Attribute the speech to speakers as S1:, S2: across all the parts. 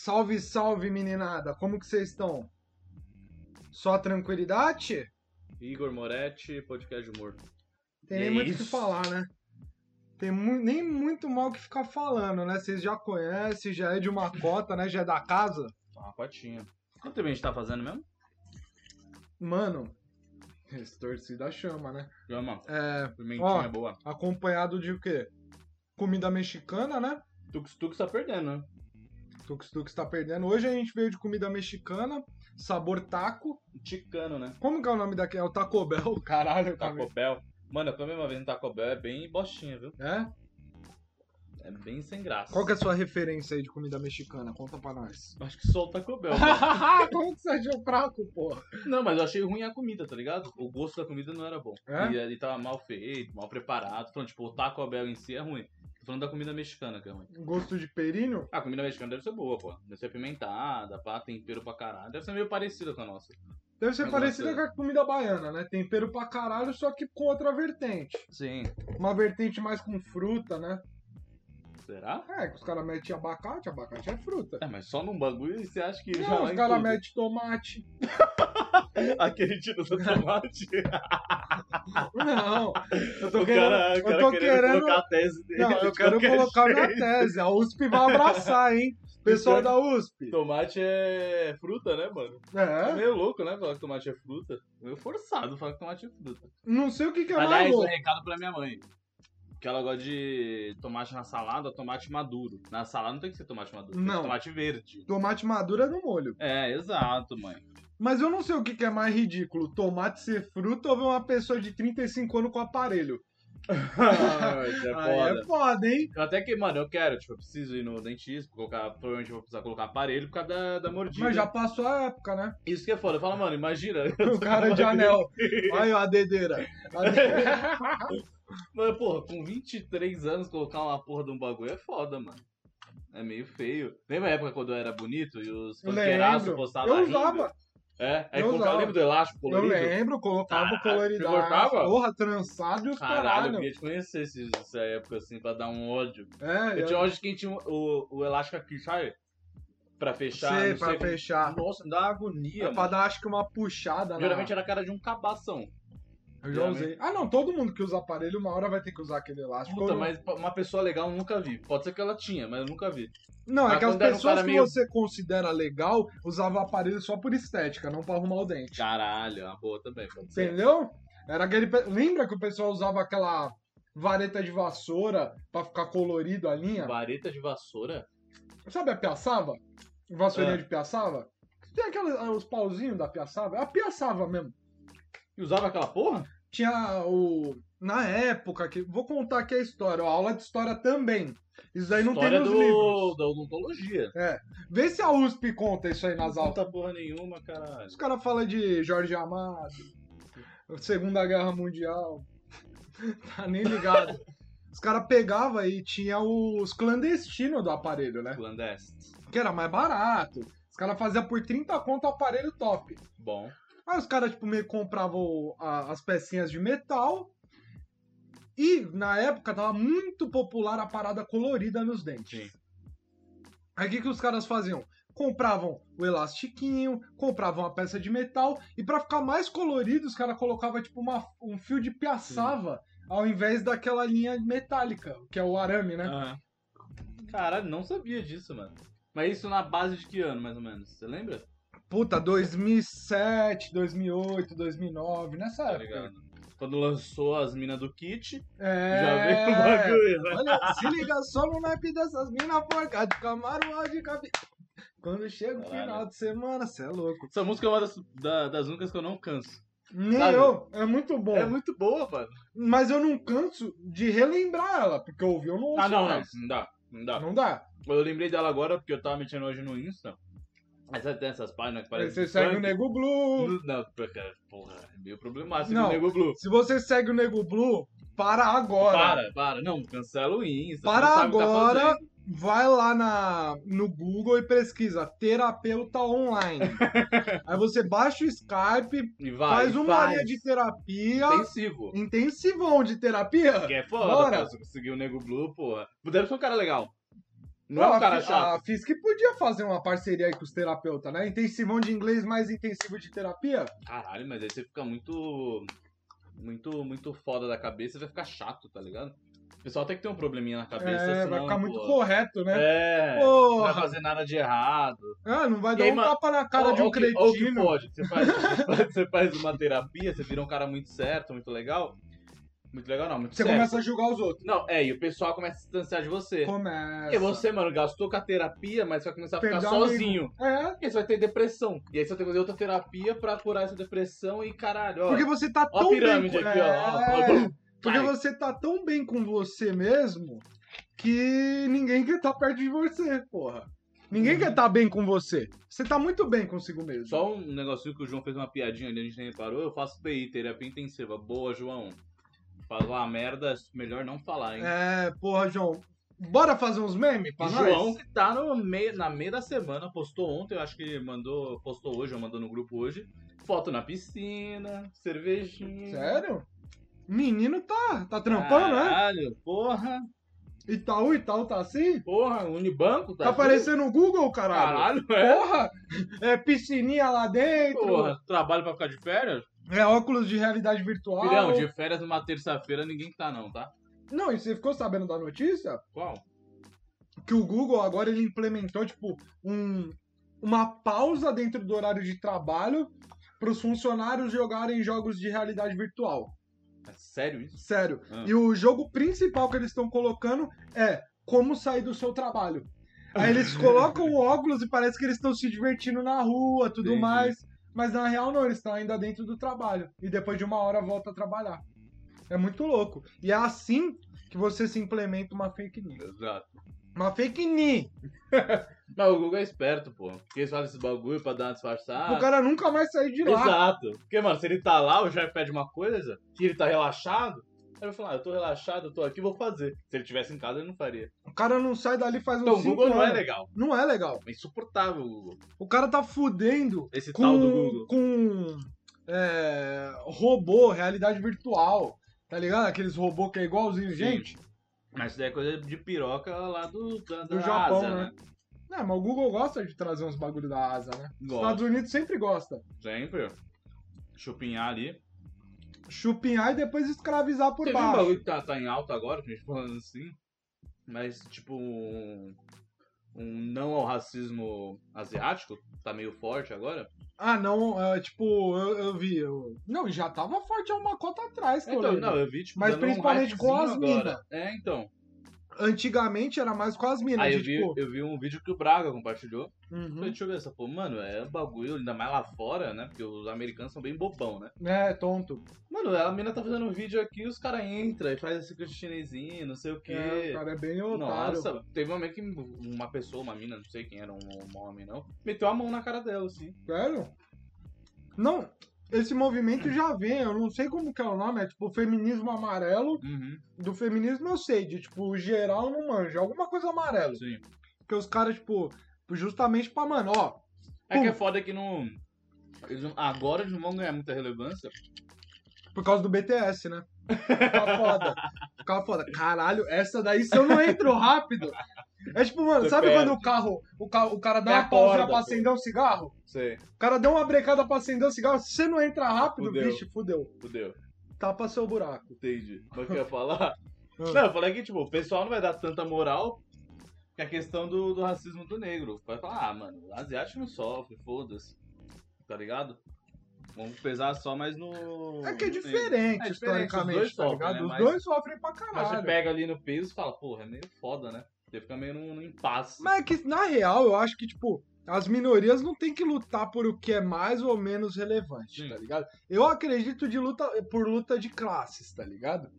S1: Salve, salve, meninada! Como que vocês estão? Só tranquilidade?
S2: Igor Moretti, podcast de humor.
S1: Tem nem
S2: É
S1: muito o
S2: isso.
S1: que falar, né? Tem mu- nem muito mal o que ficar falando, né? Vocês já conhecem, já é de uma cota, né? Já é da casa.
S2: Tá uma cotinha. Quanto tempo a gente tá fazendo mesmo?
S1: Mano, esse torcida chama, né?
S2: Gama,
S1: É, Ó.
S2: pimentinha boa.
S1: acompanhado de o quê? Comida mexicana, né?
S2: Tux Tux tá perdendo, né?
S1: Tux Tux tá perdendo. Hoje a gente veio de comida mexicana, sabor taco.
S2: Ticano, né?
S1: Como que é o nome daquele? É o Taco Bell. Caralho, eu
S2: Taco
S1: acabei-
S2: Bell. Mano, eu comi uma vez no Taco Bell, é bem bostinha, viu?
S1: É?
S2: É bem sem graça.
S1: Qual que é a sua referência aí de comida mexicana? Conta pra nós.
S2: Acho que só o Taco Bell. né?
S1: Como que você achou fraco, porra?
S2: não, mas eu achei ruim a comida, tá ligado? O gosto da comida não era bom.
S1: É?
S2: E ele tava mal feito, mal preparado. Tô Falando, tipo, o Taco Bell em si é ruim. Tô falando da comida mexicana que é ruim.
S1: Um Gosto de perino?
S2: Ah, A comida mexicana deve ser boa, pô. Deve ser apimentada, pá, tempero pra caralho. Deve ser meio parecida com a nossa.
S1: Deve ser
S2: Eu
S1: parecida
S2: gosto.
S1: com a comida baiana, né? Tempero pra caralho, só que com outra vertente.
S2: Sim.
S1: Uma vertente mais com fruta, né?
S2: Será?
S1: É, que os caras metem abacate, abacate é fruta.
S2: É, mas só num bagulho você acha que já
S1: Não,
S2: vai
S1: os caras
S2: tudo.
S1: metem tomate.
S2: aquele tiro do tomate?
S1: Não, eu tô
S2: o
S1: querendo.
S2: cara, o cara
S1: eu tô
S2: querendo,
S1: querendo.
S2: colocar a tese dele.
S1: Não, eu
S2: de
S1: quero
S2: qualquer
S1: colocar
S2: jeito.
S1: minha tese. A USP vai abraçar, hein?
S2: Então-
S1: Pessoal da USP.
S2: Tomate é fruta, né, mano? É,
S1: É.
S2: meio louco, né, falar que tomate é fruta. Meio forçado falar que tomate é fruta.
S1: Não sei o que, que é mais
S2: Aliás, um
S1: louco.
S2: recado pra minha mãe. Que ela gosta de tomate na salada, tomate maduro. Na salada não tem que ser tomate maduro, tem que
S1: Não.
S2: ser tomate verde.
S1: Tomate maduro é no molho.
S2: É, exato, mãe.
S1: Mas eu não sei o que, que é mais ridículo, tomate ser fruta ou ver uma pessoa de 35 anos com aparelho.
S2: Ai, isso é
S1: Aí é foda, hein?
S2: Eu até que, mano, eu quero, tipo, eu preciso ir no dentista, colocar, provavelmente eu vou precisar colocar aparelho por causa da, da mordida.
S1: Mas já passou a época, né?
S2: Isso que é foda. Eu falo, mano, imagina.
S1: O cara de anel. Aí, ó, a dedeira. A dedeira.
S2: Mas, porra, com 23 anos colocar uma porra de um bagulho é foda, mano. É meio feio. Lembra a época quando eu era bonito e os panqueiraços
S1: Lembro.
S2: postavam
S1: Eu
S2: a
S1: usava.
S2: É? Aí
S1: Eu
S2: colocava,
S1: usava.
S2: lembra do elástico
S1: Eu
S2: colorido?
S1: lembro, colocava o
S2: Caralho,
S1: coloridão.
S2: você colocava?
S1: Porra, trançado e os
S2: Caralho, eu
S1: caralho.
S2: queria te conhecer esses- essa época, assim, pra dar um ódio.
S1: É,
S2: Eu
S1: eu
S2: tinha ódio de quem tinha o, o elástico aqui, sabe? Pra fechar.
S1: sei,
S2: não
S1: pra
S2: sei como-
S1: fechar.
S2: Nossa, me dá uma agonia,
S1: É
S2: mano.
S1: pra dar, acho que uma puxada. na-
S2: Geralmente era a cara de um cabação.
S1: Eu já usei. Ah, não, todo mundo que usa aparelho, uma hora vai ter que usar aquele elástico.
S2: Puta, mas uma pessoa legal eu nunca vi. Pode ser que ela tinha, mas eu nunca vi.
S1: Não, é
S2: Mas
S1: que as
S2: quando era um
S1: pessoas
S2: cara
S1: que
S2: meio-
S1: você considera legal usavam aparelho só por estética, não pra arrumar o dente.
S2: Caralho, é uma boa também, pode ser.
S1: Entendeu? Era aquele. pe- Lembra que o pessoal usava aquela vareta de vassoura pra ficar colorido a linha?
S2: Vareta de vassoura?
S1: Sabe a piaçava? Vassourinha
S2: Ah.
S1: de piaçava? Tem aqueles os pauzinhos da piaçava? É A piaçava mesmo.
S2: E usava aquela porra?
S1: Tinha o. Na época que. Vou contar aqui a história, ó, aula de história também. Isso daí não
S2: História
S1: tem nos
S2: do...
S1: livros.
S2: da odontologia.
S1: Vê se a USP conta isso aí nas
S2: não
S1: aulas.
S2: conta porra nenhuma, caralho.
S1: Os caras falam de Jorge Amado, Segunda Guerra Mundial. Tá nem ligado. Os caras pegavam e tinha os clandestinos do aparelho, né?
S2: Clandeste.
S1: Que era mais barato. Os caras faziam por 30 conto o aparelho top.
S2: Bom.
S1: Aí os caras, tipo, meio que compravam a- as pecinhas de metal. E na época tava muito popular a parada colorida nos dentes.
S2: Sim.
S1: Aí o que, que os caras faziam? Compravam o elastiquinho, compravam a peça de metal, e pra ficar mais colorido, os caras colocavam tipo uma- um fio de piaçava, ao invés daquela linha metálica, que é o arame, né?
S2: Aham. Caralho, não sabia disso, mano. Mas isso na base de que ano, mais ou menos? Você lembra?
S1: Puta, 2007, 2008, 2009, nessa
S2: Tá
S1: época.
S2: ligado? Quando lançou as minas do kit,
S1: É...
S2: já veio o bagulho, né?
S1: Olha, se liga só no naipe dessas minas porca de camarão de cabeça. Quando chega o
S2: Caralho.
S1: final de semana, cê é louco.
S2: Essa música é uma das, da- das únicas que eu não canso.
S1: Nem
S2: Sabe?
S1: eu, é muito bom.
S2: É muito boa, mano.
S1: Mas eu não canso de relembrar ela, porque eu ouvi, eu não ouço
S2: Ah, não, não.
S1: mais.
S2: Não dá. Não dá.
S1: Não dá.
S2: Eu lembrei dela agora porque eu tava mexendo hoje no Insta. Mas sabe, tem essas páginas que
S1: Aí
S2: parecem.
S1: Você segue o Nego Blue.
S2: Blue. Não, porque, porra, é meio problemático
S1: Não.
S2: o Nego Blue.
S1: Se você segue o Nego Blue, para agora.
S2: Para, para. Não, cancela o Insta.
S1: Para
S2: você não sabe o que tá
S1: agora,
S2: fazendo.
S1: vai lá na, no Google e pesquisa terapeuta online. Aí você baixa o Skype,
S2: e vai,
S1: faz uma
S2: vai.
S1: área de terapia.
S2: Intensivo.
S1: Intensivão de terapia?
S2: Que é foda,
S1: Bora.
S2: cara. Se eu conseguir o Nego Blue, porra. Deve ser um cara legal. Não é um cara
S1: A
S2: chato.
S1: FISC podia fazer uma parceria aí com os terapeutas, né? Intensivão de inglês mais intensivo de terapia.
S2: Caralho, mas aí você fica muito. Muito, muito foda da cabeça e vai ficar chato, tá ligado? O pessoal tem que ter um probleminha na cabeça.
S1: é,
S2: senão,
S1: vai ficar muito
S2: pô,
S1: correto, né?
S2: É. Não vai
S1: Porra!
S2: fazer nada de errado.
S1: Ah, não vai
S2: E
S1: dar
S2: aí,
S1: um
S2: mano,
S1: tapa na cara
S2: Ou-
S1: de um
S2: ou que- ou que
S1: cretino.
S2: pode. Você faz, você faz- você faz uma terapia, você vira um cara muito certo, muito legal. Muito legal não, muito
S1: Você
S2: certo.
S1: começa a julgar os outros.
S2: Não, é, e o pessoal começa a se distanciar de você.
S1: Começa.
S2: Porque você, mano, gastou com a terapia, mas vai começar a ficar
S1: Pegar um amigo.
S2: sozinho.
S1: É,
S2: Porque você vai ter depressão. E aí você vai ter que fazer outra terapia pra curar essa depressão e caralho, ó.
S1: porque você tá
S2: Ó a
S1: tão bem
S2: pirâmide
S1: com...
S2: aqui, ó.
S1: É,
S2: Ó, ó.
S1: Porque
S2: Vai.
S1: você tá tão bem com você mesmo que ninguém quer estar perto de você, porra. Ninguém quer estar bem com você. Você tá muito bem consigo mesmo.
S2: Só um negocinho que o João fez uma piadinha ali, a gente nem reparou. Eu faço TI, terapia intensiva. Boa, João. Falar merda, é melhor não falar, hein?
S1: É, porra, João. Bora fazer uns memes pra
S2: O João,
S1: nós?
S2: que tá no meio, na meia da semana, postou ontem, eu acho que mandou, postou hoje, ou mandou no grupo hoje. Foto na piscina, cervejinha.
S1: Sério? Menino tá, tá trampando, né?
S2: Caralho, porra,
S1: Itaú, Itaú tá assim?
S2: porra, Unibanco, tá?
S1: Tá
S2: tudo-
S1: aparecendo o Google, caralho.
S2: Caralho, é,
S1: Porra! É piscininha lá dentro.
S2: porra. Trabalho pra ficar de férias?
S1: É óculos de realidade virtual.
S2: Filhão, de férias numa terça-feira ninguém tá não, tá?
S1: Não, e você ficou sabendo da notícia?
S2: Qual?
S1: que o Google agora ele implementou tipo um, uma pausa dentro do horário de trabalho para os funcionários jogarem jogos de realidade virtual.
S2: É sério isso?
S1: Sério.
S2: Ah.
S1: E o jogo principal que eles estão colocando é como sair do seu trabalho. Aí eles colocam o óculos e parece que eles estão se divertindo na rua, tudo
S2: Entendi.
S1: mais. Mas na real não, eles estão ainda dentro do trabalho. E depois de uma hora volta a trabalhar. É muito louco. E é assim que você se implementa uma fake news.
S2: Exato.
S1: Uma fake news.
S2: Não, o Google é esperto, pô. Porque eles fazem esse bagulho pra dar uma disfarçada.
S1: O cara nunca mais sair de lá.
S2: Ah. Exato. Porque, mano, se ele tá lá, o chefe pede uma coisa e ele tá relaxado, ele vai falar, ah, eu tô relaxado, eu tô aqui, vou fazer. Se ele tivesse em casa, ele não faria.
S1: O cara não sai dali faz
S2: Então,
S1: uns
S2: o
S1: 5
S2: Google não é
S1: anos.
S2: legal.
S1: Não é legal.
S2: É insuportável o Google.
S1: O cara tá fudendo
S2: Esse tal do
S1: com,
S2: Google.
S1: com é, robô, realidade virtual. Tá ligado? Aqueles robô que é igualzinho, gente.
S2: Mas isso daí é coisa de piroca lá do, da,
S1: Do
S2: da
S1: Japão,
S2: Ásia,
S1: né? Não, mas o Google gosta de trazer uns bagulho da asa, né? Estados
S2: Gosto.
S1: Unidos sempre gosta.
S2: Sempre. Chupinhar ali.
S1: Chupinhar e depois escravizar por
S2: Você viu um
S1: baixo.
S2: bagulho que tá, tá em alta agora, que a gente falando assim? Mas, tipo, um, um não ao racismo asiático, tá meio forte agora.
S1: Ah, não, é, tipo, eu, eu vi. eu- Não, já tava forte há uma cota atrás, que eu
S2: Então,
S1: lembro.
S2: não, eu vi, tipo,
S1: Mas
S2: dando um
S1: principalmente com as
S2: hypezinho agora.
S1: mina.
S2: É, então.
S1: Antigamente era mais com as minas.
S2: Aí
S1: de,
S2: Ah, eu vi,
S1: tipo,
S2: eu vi um vídeo que o Braga compartilhou.
S1: uhum.
S2: Falei, Deixa eu ver essa porra. Mano, é um bagulho, ainda mais lá fora, né? Porque os americanos são bem bobão, né?
S1: É, tonto.
S2: Mano, a mina tá fazendo um vídeo aqui e os caras entram e faz esse curso chinesinho, não sei o quê.
S1: É, o cara é bem otário.
S2: Nossa, teve uma vez que uma pessoa, uma mina, não sei quem era, um, um homem não, meteu a mão na cara dela, assim.
S1: Sério? Não, esse movimento já vem, eu não sei como que é o nome, é tipo feminismo amarelo.
S2: Uhum.
S1: Do feminismo eu sei, de tipo, geral não manja, alguma coisa amarelo.
S2: Sim.
S1: Porque os caras, tipo, justamente pra, mano, ó,
S2: É que é
S1: Pum.
S2: foda que não. Eles não- agora eles não vão ganhar muita relevância.
S1: por causa do BTS, né? Ficar foda. Ficar foda. Caralho, essa daí se eu não entro rápido. É tipo, mano,
S2: Você
S1: sabe
S2: perde.
S1: quando o carro, o, ca o cara dá
S2: É a
S1: uma pausinha
S2: corda,
S1: pra
S2: pô.
S1: acender um cigarro?
S2: Sei,
S1: O cara dá uma brecada pra acender um cigarro, se você não entra rápido,
S2: Fudeu.
S1: vixe, fudeu.
S2: fudeu.
S1: Tapa seu buraco.
S2: Entendi. Mas o que eu ia falar?
S1: Ah.
S2: Não, eu falei que, tipo, o pessoal não vai dar tanta moral que a questão do, do racismo do negro. Vai falar, ah, mano, o asiático não sofre, foda-se. Tá ligado? Vamos pesar só mais no.
S1: É que é
S2: no negro.
S1: diferente,
S2: É diferente,
S1: historicamente,
S2: os dois
S1: tá
S2: sofrem,
S1: ligado?
S2: né?
S1: Os
S2: Mas-
S1: dois sofrem pra
S2: Mas você
S1: caralho.
S2: pega ali no peso e fala, porra, é meio foda, né? Você fica meio num, num impasse.
S1: Mas é que, na real, eu acho que, tipo, as minorias não tem que lutar por o que é mais ou menos relevante,
S2: Sim.
S1: tá ligado? Eu acredito de luta por luta de classes, tá ligado?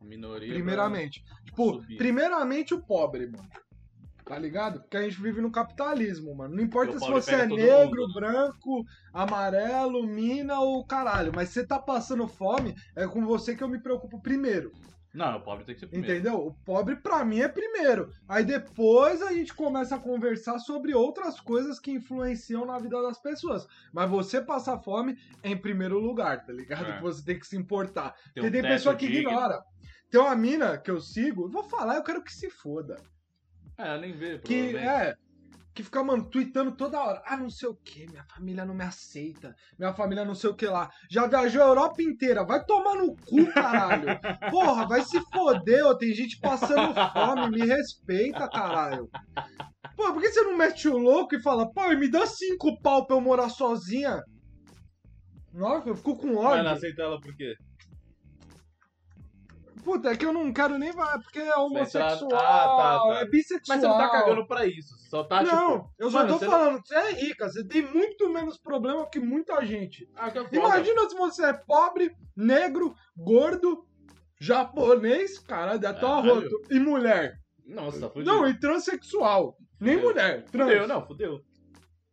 S2: Minoria.
S1: Primeiramente. Tipo,
S2: né? subir.
S1: primeiramente o pobre, mano. Tá ligado? Porque a gente vive no capitalismo, mano. Não importa
S2: E o
S1: se
S2: pobre
S1: você
S2: pega
S1: é
S2: todo
S1: negro,
S2: mundo, né?
S1: branco, amarelo, mina ou caralho. Mas você tá passando fome, é com você que eu me preocupo primeiro.
S2: Não, o pobre tem que ser primeiro.
S1: Entendeu? O pobre pra mim é primeiro. Aí depois a gente começa a conversar sobre outras coisas que influenciam na vida das pessoas. Mas você passar fome é em primeiro lugar, tá ligado?
S2: É.
S1: Que você tem que se importar.
S2: Tem
S1: Porque
S2: um
S1: tem
S2: teto
S1: pessoa que
S2: digno.
S1: ignora. Tem uma mina que eu sigo, eu vou falar, eu quero que se foda.
S2: É, eu nem vê,
S1: Que
S2: provavelmente.
S1: é. Que fica, mano, tweetando toda hora. Ah, não sei o que, minha família não me aceita. Minha família não sei o que lá. Já viajou a Europa inteira. Vai tomar no cu, caralho. Porra, vai se foder, ó. Tem gente passando fome. Me respeita, caralho. Pô, por que você não mete o louco e fala, pô, me dá cinco pau pra eu morar sozinha? Nossa, eu fico com
S2: Mas não
S1: ódio.
S2: aceita ela por quê?
S1: Puta, é que eu não quero nem. vai- Porque é homossexual,
S2: Ah, tá, tá.
S1: é bissexual.
S2: Mas você não tá cagando pra isso. Só tá,
S1: não,
S2: tipo...
S1: eu só
S2: mano,
S1: tô
S2: você-
S1: falando, você é rica, você tem muito menos problema que muita gente.
S2: Ah, que foda.
S1: Imagina se você é pobre, negro, gordo, japonês, cara, dá até um
S2: Caralho.
S1: arroto, e mulher.
S2: Nossa, É, fudido.
S1: Não, e transexual. Nem
S2: Fudeu.
S1: mulher, trans.
S2: Fudeu, não, fudeu.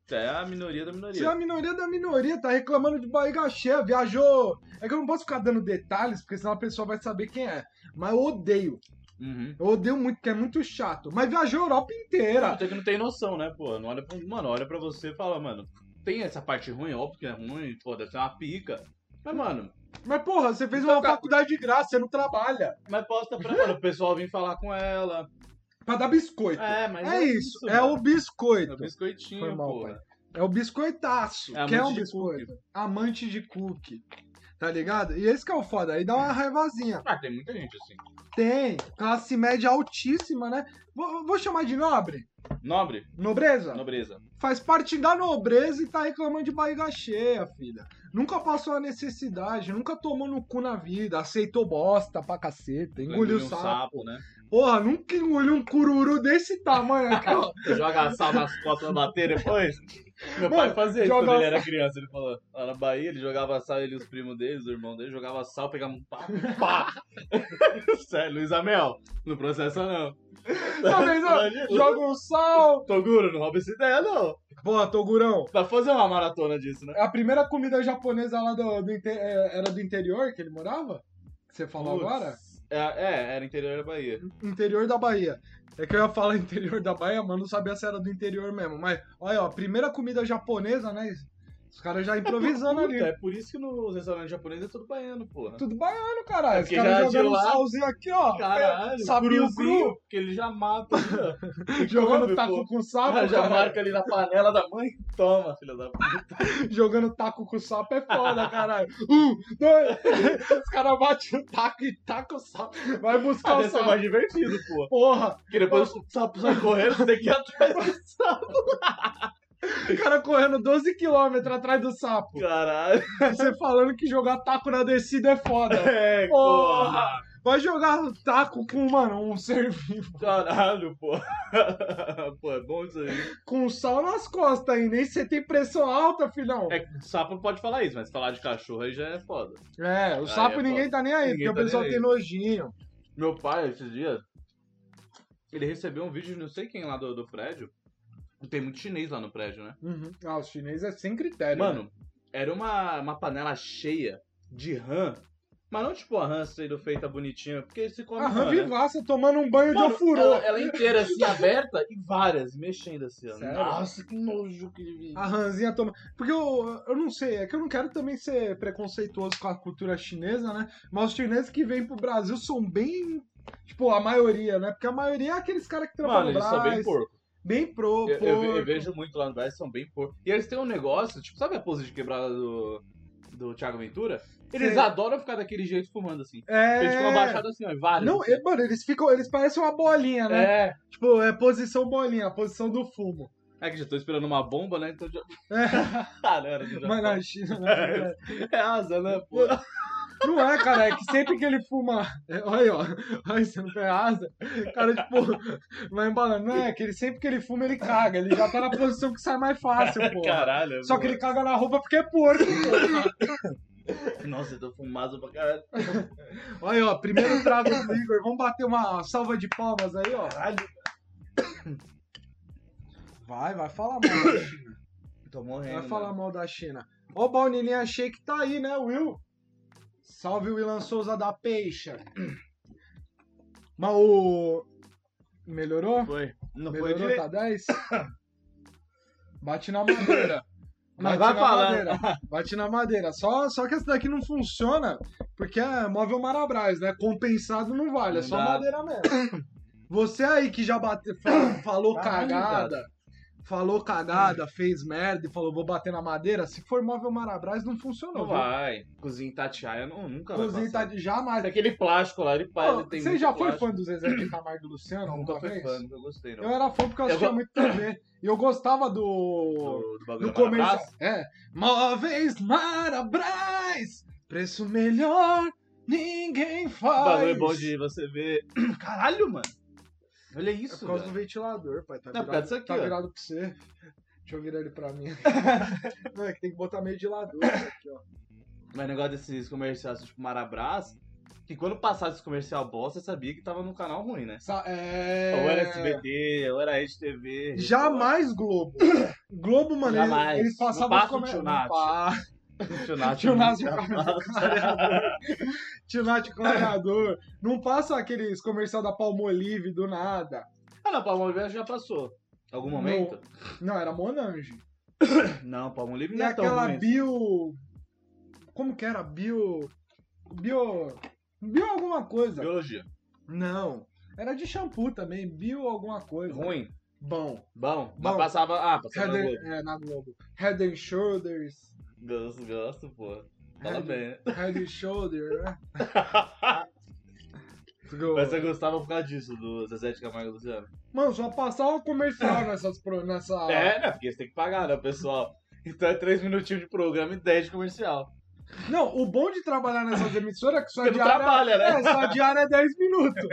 S2: Você é a minoria da minoria.
S1: Você é a minoria da minoria, tá reclamando de barriga cheia, viajou. É que eu não posso ficar dando detalhes, porque senão a pessoa vai saber quem é. Mas eu odeio.
S2: Uhum.
S1: Eu odeio muito, porque é muito chato. Mas viajou a Europa inteira.
S2: Puta que não tem noção, né, pô? Não olha pra... Mano, olha pra você e fala, mano, tem essa parte ruim, óbvio que é ruim, pô, deve ser uma pica. Mas, mano,
S1: Mas, porra, você fez
S2: Então,
S1: uma
S2: cara-
S1: faculdade de graça, você não trabalha.
S2: mas posta pra mano, o pessoal vir falar com ela.
S1: Pra dar biscoito.
S2: É, mas
S1: É isso, é
S2: mano.
S1: o biscoito.
S2: É o biscoitinho,
S1: Foi mal,
S2: porra.
S1: pai. É o biscoitaço.
S2: É amante
S1: que é um
S2: de
S1: biscoito. Amante de cookie. Tá ligado? E esse que é o foda. Aí dá uma raivazinha.
S2: Ah, tem muita gente assim.
S1: Tem classe média altíssima, né? Vou, vou chamar de nobre.
S2: Nobre,
S1: Nobreza?
S2: nobreza.
S1: Faz parte da nobreza e tá reclamando de barriga cheia, filha. Nunca passou a necessidade, nunca tomou no cu na vida, aceitou bosta pra caceta, engoliu
S2: um
S1: sapo.
S2: sapo, né?
S1: Porra, nunca engoliu um cururu desse tamanho aqui, ó.
S2: Joga sal nas costas da bater depois. Meu
S1: Mano,
S2: pai fazia isso
S1: joga
S2: quando ele era criança. Ele falou, lá na Bahia, ele jogava sal, ele e os primos dele, os irmãos dele, jogava sal, pegava um pá, pá. Sério, Luiz Amel, não processa não.
S1: Talvez, ó, Tá joga um sal.
S2: Toguro, não rouba essa ideia não.
S1: Pô, Togurão,
S2: Vai fazer uma maratona disso, né?
S1: A primeira comida japonesa lá do, do inte- é, era do interior que ele morava? Que você falou
S2: Putz.
S1: agora?
S2: É, é, era interior da Bahia.
S1: Interior da Bahia. É que eu ia falar interior da Bahia, mas não sabia se era do interior mesmo. Mas, olha, ó, a primeira comida japonesa, né? Os caras já improvisando
S2: Puta,
S1: ali.
S2: é por isso que nos restaurantes japoneses é tudo baiano, porra.
S1: Tudo baiano, caralho.
S2: É
S1: Os
S2: porque
S1: caras
S2: já de
S1: jogando um
S2: lá-
S1: salzinho aqui, ó.
S2: Caralho,
S1: Sapinho
S2: cruzinho,
S1: cru,
S2: que ele já mata. né?
S1: jogando
S2: come,
S1: taco
S2: pô.
S1: com
S2: Ah,
S1: sapo,
S2: já
S1: cara.
S2: marca ali na panela da mãe. Toma, filha da puta.
S1: Jogando taco com sapo é foda, caralho. Um, dois, três. os caras batem o taco e tacam o sapo. Vai buscar
S2: Ah, Deve
S1: o
S2: ser
S1: sapo.
S2: mais divertido, pô.
S1: Porra.
S2: Porque depois o sapo sai correndo, você tem que ir atrás do sapo.
S1: O cara correndo 12 km atrás do sapo.
S2: Caralho.
S1: Você falando que jogar taco na descida é foda.
S2: É,
S1: Porra! Vai jogar taco com, mano, um ser vivo.
S2: porra. Caralho, pô. Pô, é bom isso aí.
S1: Com um sal nas costas ainda. E você tem pressão alta, filhão.
S2: É que sapo pode falar isso, mas falar de cachorro aí já é foda.
S1: É, o
S2: Ah,
S1: sapo
S2: é
S1: ninguém tá nem aí,
S2: Ninguém
S1: porque
S2: tá
S1: o pessoal
S2: nem
S1: tem
S2: aí.
S1: nojinho.
S2: Meu pai, esses dias, ele recebeu um vídeo de não sei quem lá do, do prédio. Tem muito chinês lá no prédio, né?
S1: Uhum. Ah, os chineses é sem critério. né?
S2: Mano, era uma, uma panela cheia de rã. Mas não tipo a rã sendo feita bonitinha, porque se come
S1: a
S2: rã,
S1: rã
S2: né?
S1: vivaça tomando um banho de
S2: Mano,
S1: ofurô.
S2: ela, ela inteira assim, aberta, e várias, mexendo assim, ó.
S1: Sério?
S2: Nossa, que nojo que vídeo.
S1: A ranzinha toma. Porque eu, eu não sei, é que eu não quero também ser preconceituoso com a cultura chinesa, né? Mas os chineses que vêm pro Brasil são bem. Tipo, a maioria, né? Porque a maioria é aqueles caras que trabalham
S2: Mano,
S1: no
S2: eles são
S1: Brás,
S2: bem porco.
S1: bem pro.
S2: Eu, eu ve- eu
S1: porco.
S2: vejo muito lá no Brasil, são bem porco. E eles têm um negócio, tipo, sabe a pose de quebrada do, do Thiago Ventura? Eles
S1: Sei.
S2: adoram ficar daquele jeito fumando assim. Eles ficam
S1: É.
S2: abaixados assim, ó, e vários.
S1: Não,
S2: assim.
S1: e- mano, eles ficam. Eles parecem uma bolinha, né?
S2: é.
S1: Tipo, é posição bolinha, a posição do fumo.
S2: É que já tô esperando uma bomba, né? Então já.
S1: É,
S2: Ah, não, era do Japão.
S1: mas na China, né?
S2: É asa, né? Pô.
S1: Não é, cara, é que sempre que ele fuma. é, Olha aí, ó. Olha aí, você não tem asa. O cara, tipo, vai embalando. Não é, que ele sempre que ele fuma, ele caga. Ele já tá na posição que sai mais fácil, pô.
S2: Caralho,
S1: Só
S2: pô.
S1: que ele caga na roupa porque é porco.
S2: Nossa, eu tô fumado pra caralho.
S1: Olha aí, ó. Primeiro trago do Igor. Vamos bater uma salva de palmas aí, ó.
S2: Caralho.
S1: Vai, vai falar mal da China.
S2: Tô morrendo.
S1: Vai falar
S2: mano.
S1: mal da China. Ó, o Baunilinha Shake tá aí, né, Will? Salve, Willan Souza da Peixa. Mas o. Melhorou?
S2: Foi. Não foi
S1: Melhorou,
S2: direito.
S1: tá 10? Bate na madeira. Bate
S2: Mas vai
S1: na
S2: falando.
S1: madeira. Bate na madeira. Só, só que essa daqui não funciona porque é móvel Marabras, né? Compensado não vale, é
S2: Não
S1: só
S2: dá.
S1: madeira mesmo. Você aí que já bateu, fa-
S2: Tá
S1: falou cagada, falou cagada, fez merda e falou vou bater na madeira, se for móvel Marabras não
S2: Não
S1: funcionou. viu?
S2: vai. Cozinha Itatiaia não, nunca vai
S1: Cozinha
S2: passar.
S1: tá de jamais.
S2: Aquele plástico lá, ele
S1: Pô,
S2: faz. ele tem
S1: você
S2: muito
S1: já foi
S2: plástico.
S1: fã do Zezé de Camargo e Luciano? alguma
S2: Nunca fui
S1: vez?
S2: fã, nunca gostei, não.
S1: Eu era fã porque eu
S2: Eu
S1: assistia
S2: go-
S1: muito TV. E eu gostava do.
S2: do, do
S1: do
S2: bagulho
S1: comercial.
S2: Marabás.
S1: É. Móveis Marabras, preço melhor, ninguém
S2: O
S1: faz.
S2: bagulho é bom de você ver. Caralho, mano. Olha
S1: É
S2: isso.
S1: por causa
S2: velho.
S1: do ventilador, pai. Tá
S2: Não, é por
S1: virado,
S2: causa disso aqui,
S1: tá
S2: ó.
S1: virado pra você. Deixa eu virar ele pra mim. Não, é que tem que botar meio de lado. Aqui, ó.
S2: Mas o negócio desses comerciais, tipo Marabras, que quando passasse esse comercial bosta, você sabia que tava num canal ruim, né?
S1: Sa- é...
S2: Ou era SBT, ou era RedeTV.
S1: Jamais Globo. Globo, mano,
S2: Jamais.
S1: eles passavam
S2: Não
S1: os
S2: passa um
S1: comer-
S2: tio
S1: Não
S2: Nath.
S1: passa.
S2: Tio Nath.
S1: Tio Nath
S2: nunca
S1: com
S2: passa.
S1: Tio Nath Coronador. Não passa aqueles comercial da Palmolive do nada.
S2: Ah, não, Palmolive já passou. Algum
S1: Não.
S2: momento?
S1: Não, era Monange.
S2: Não, Palmolive
S1: E
S2: não é tão
S1: aquela
S2: ruim.
S1: bio. Como que era? Bio. Bio. Bio alguma coisa.
S2: Biologia.
S1: Não. Era de shampoo também, bio alguma coisa.
S2: Ruim.
S1: Bom.
S2: Bom.
S1: Bom.
S2: Mas passava. Ah, passava na
S1: Head
S2: Globo.
S1: and, é, na Globo. Head and Shoulders.
S2: Gosto, gosto, pô. Fala
S1: Head,
S2: bem, né?
S1: head and Shoulders, né? Go.
S2: Mas você gostava por causa disso, do Zezé de Camargo e Luciano.
S1: Mano, só passava comercial nessas, pro- nessa.
S2: É, né? Porque você tem que pagar, né, pessoal? Então é 3 minutinhos de programa e 10 de comercial.
S1: Não, o bom de trabalhar nessas emissoras é que sua
S2: Você não
S1: diária.
S2: trabalha, né?
S1: É, sua diária é 10 minutos.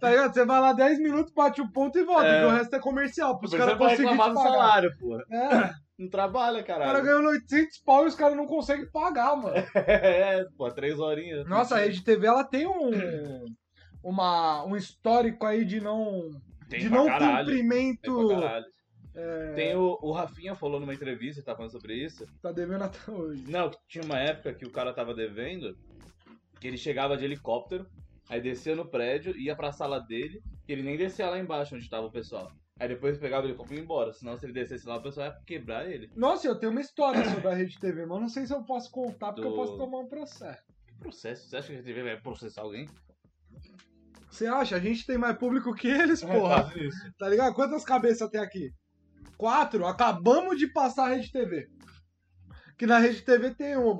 S1: Tá ligado? Você vai lá 10 minutos, bate o ponto e volta.
S2: É.
S1: porque o resto é comercial. Pros
S2: Você
S1: caras
S2: não vai
S1: conseguirem te
S2: reclamar do
S1: pagar.
S2: salário, pô.
S1: É,
S2: Não trabalha,
S1: o cara
S2: caralho.
S1: ganhando 800 pau e os caras não conseguem pagar, mano.
S2: É, pô, 3 horinhas.
S1: Nossa, a Rede TV ela tem um uma um histórico aí de não
S2: Tem
S1: é de
S2: pra
S1: não É.
S2: caralho. Tem
S1: cumprimento.
S2: pra caralho. Tem o, o Rafinha falou numa entrevista, tá falando sobre isso.
S1: Tá devendo até hoje.
S2: Não, tinha uma época que o cara tava devendo, que ele chegava de helicóptero, aí descia no prédio, ia pra sala dele, e ele nem descia lá embaixo onde tava o pessoal. Aí depois pegava o helicóptero e ia embora, senão se ele descesse lá, o pessoal ia quebrar ele.
S1: Nossa, eu tenho uma história sobre a Rede TV, mas não sei se eu posso contar porque eu
S2: Do-
S1: posso tomar um processo.
S2: Que processo? Você acha que a TV vai processar alguém?
S1: Você acha? A gente tem mais público que eles,
S2: É
S1: porra.
S2: quase isso.
S1: Tá ligado? Quantas cabeças tem aqui? Quatro. Acabamos de passar a Rede TV. Que na Rede TV tem uma.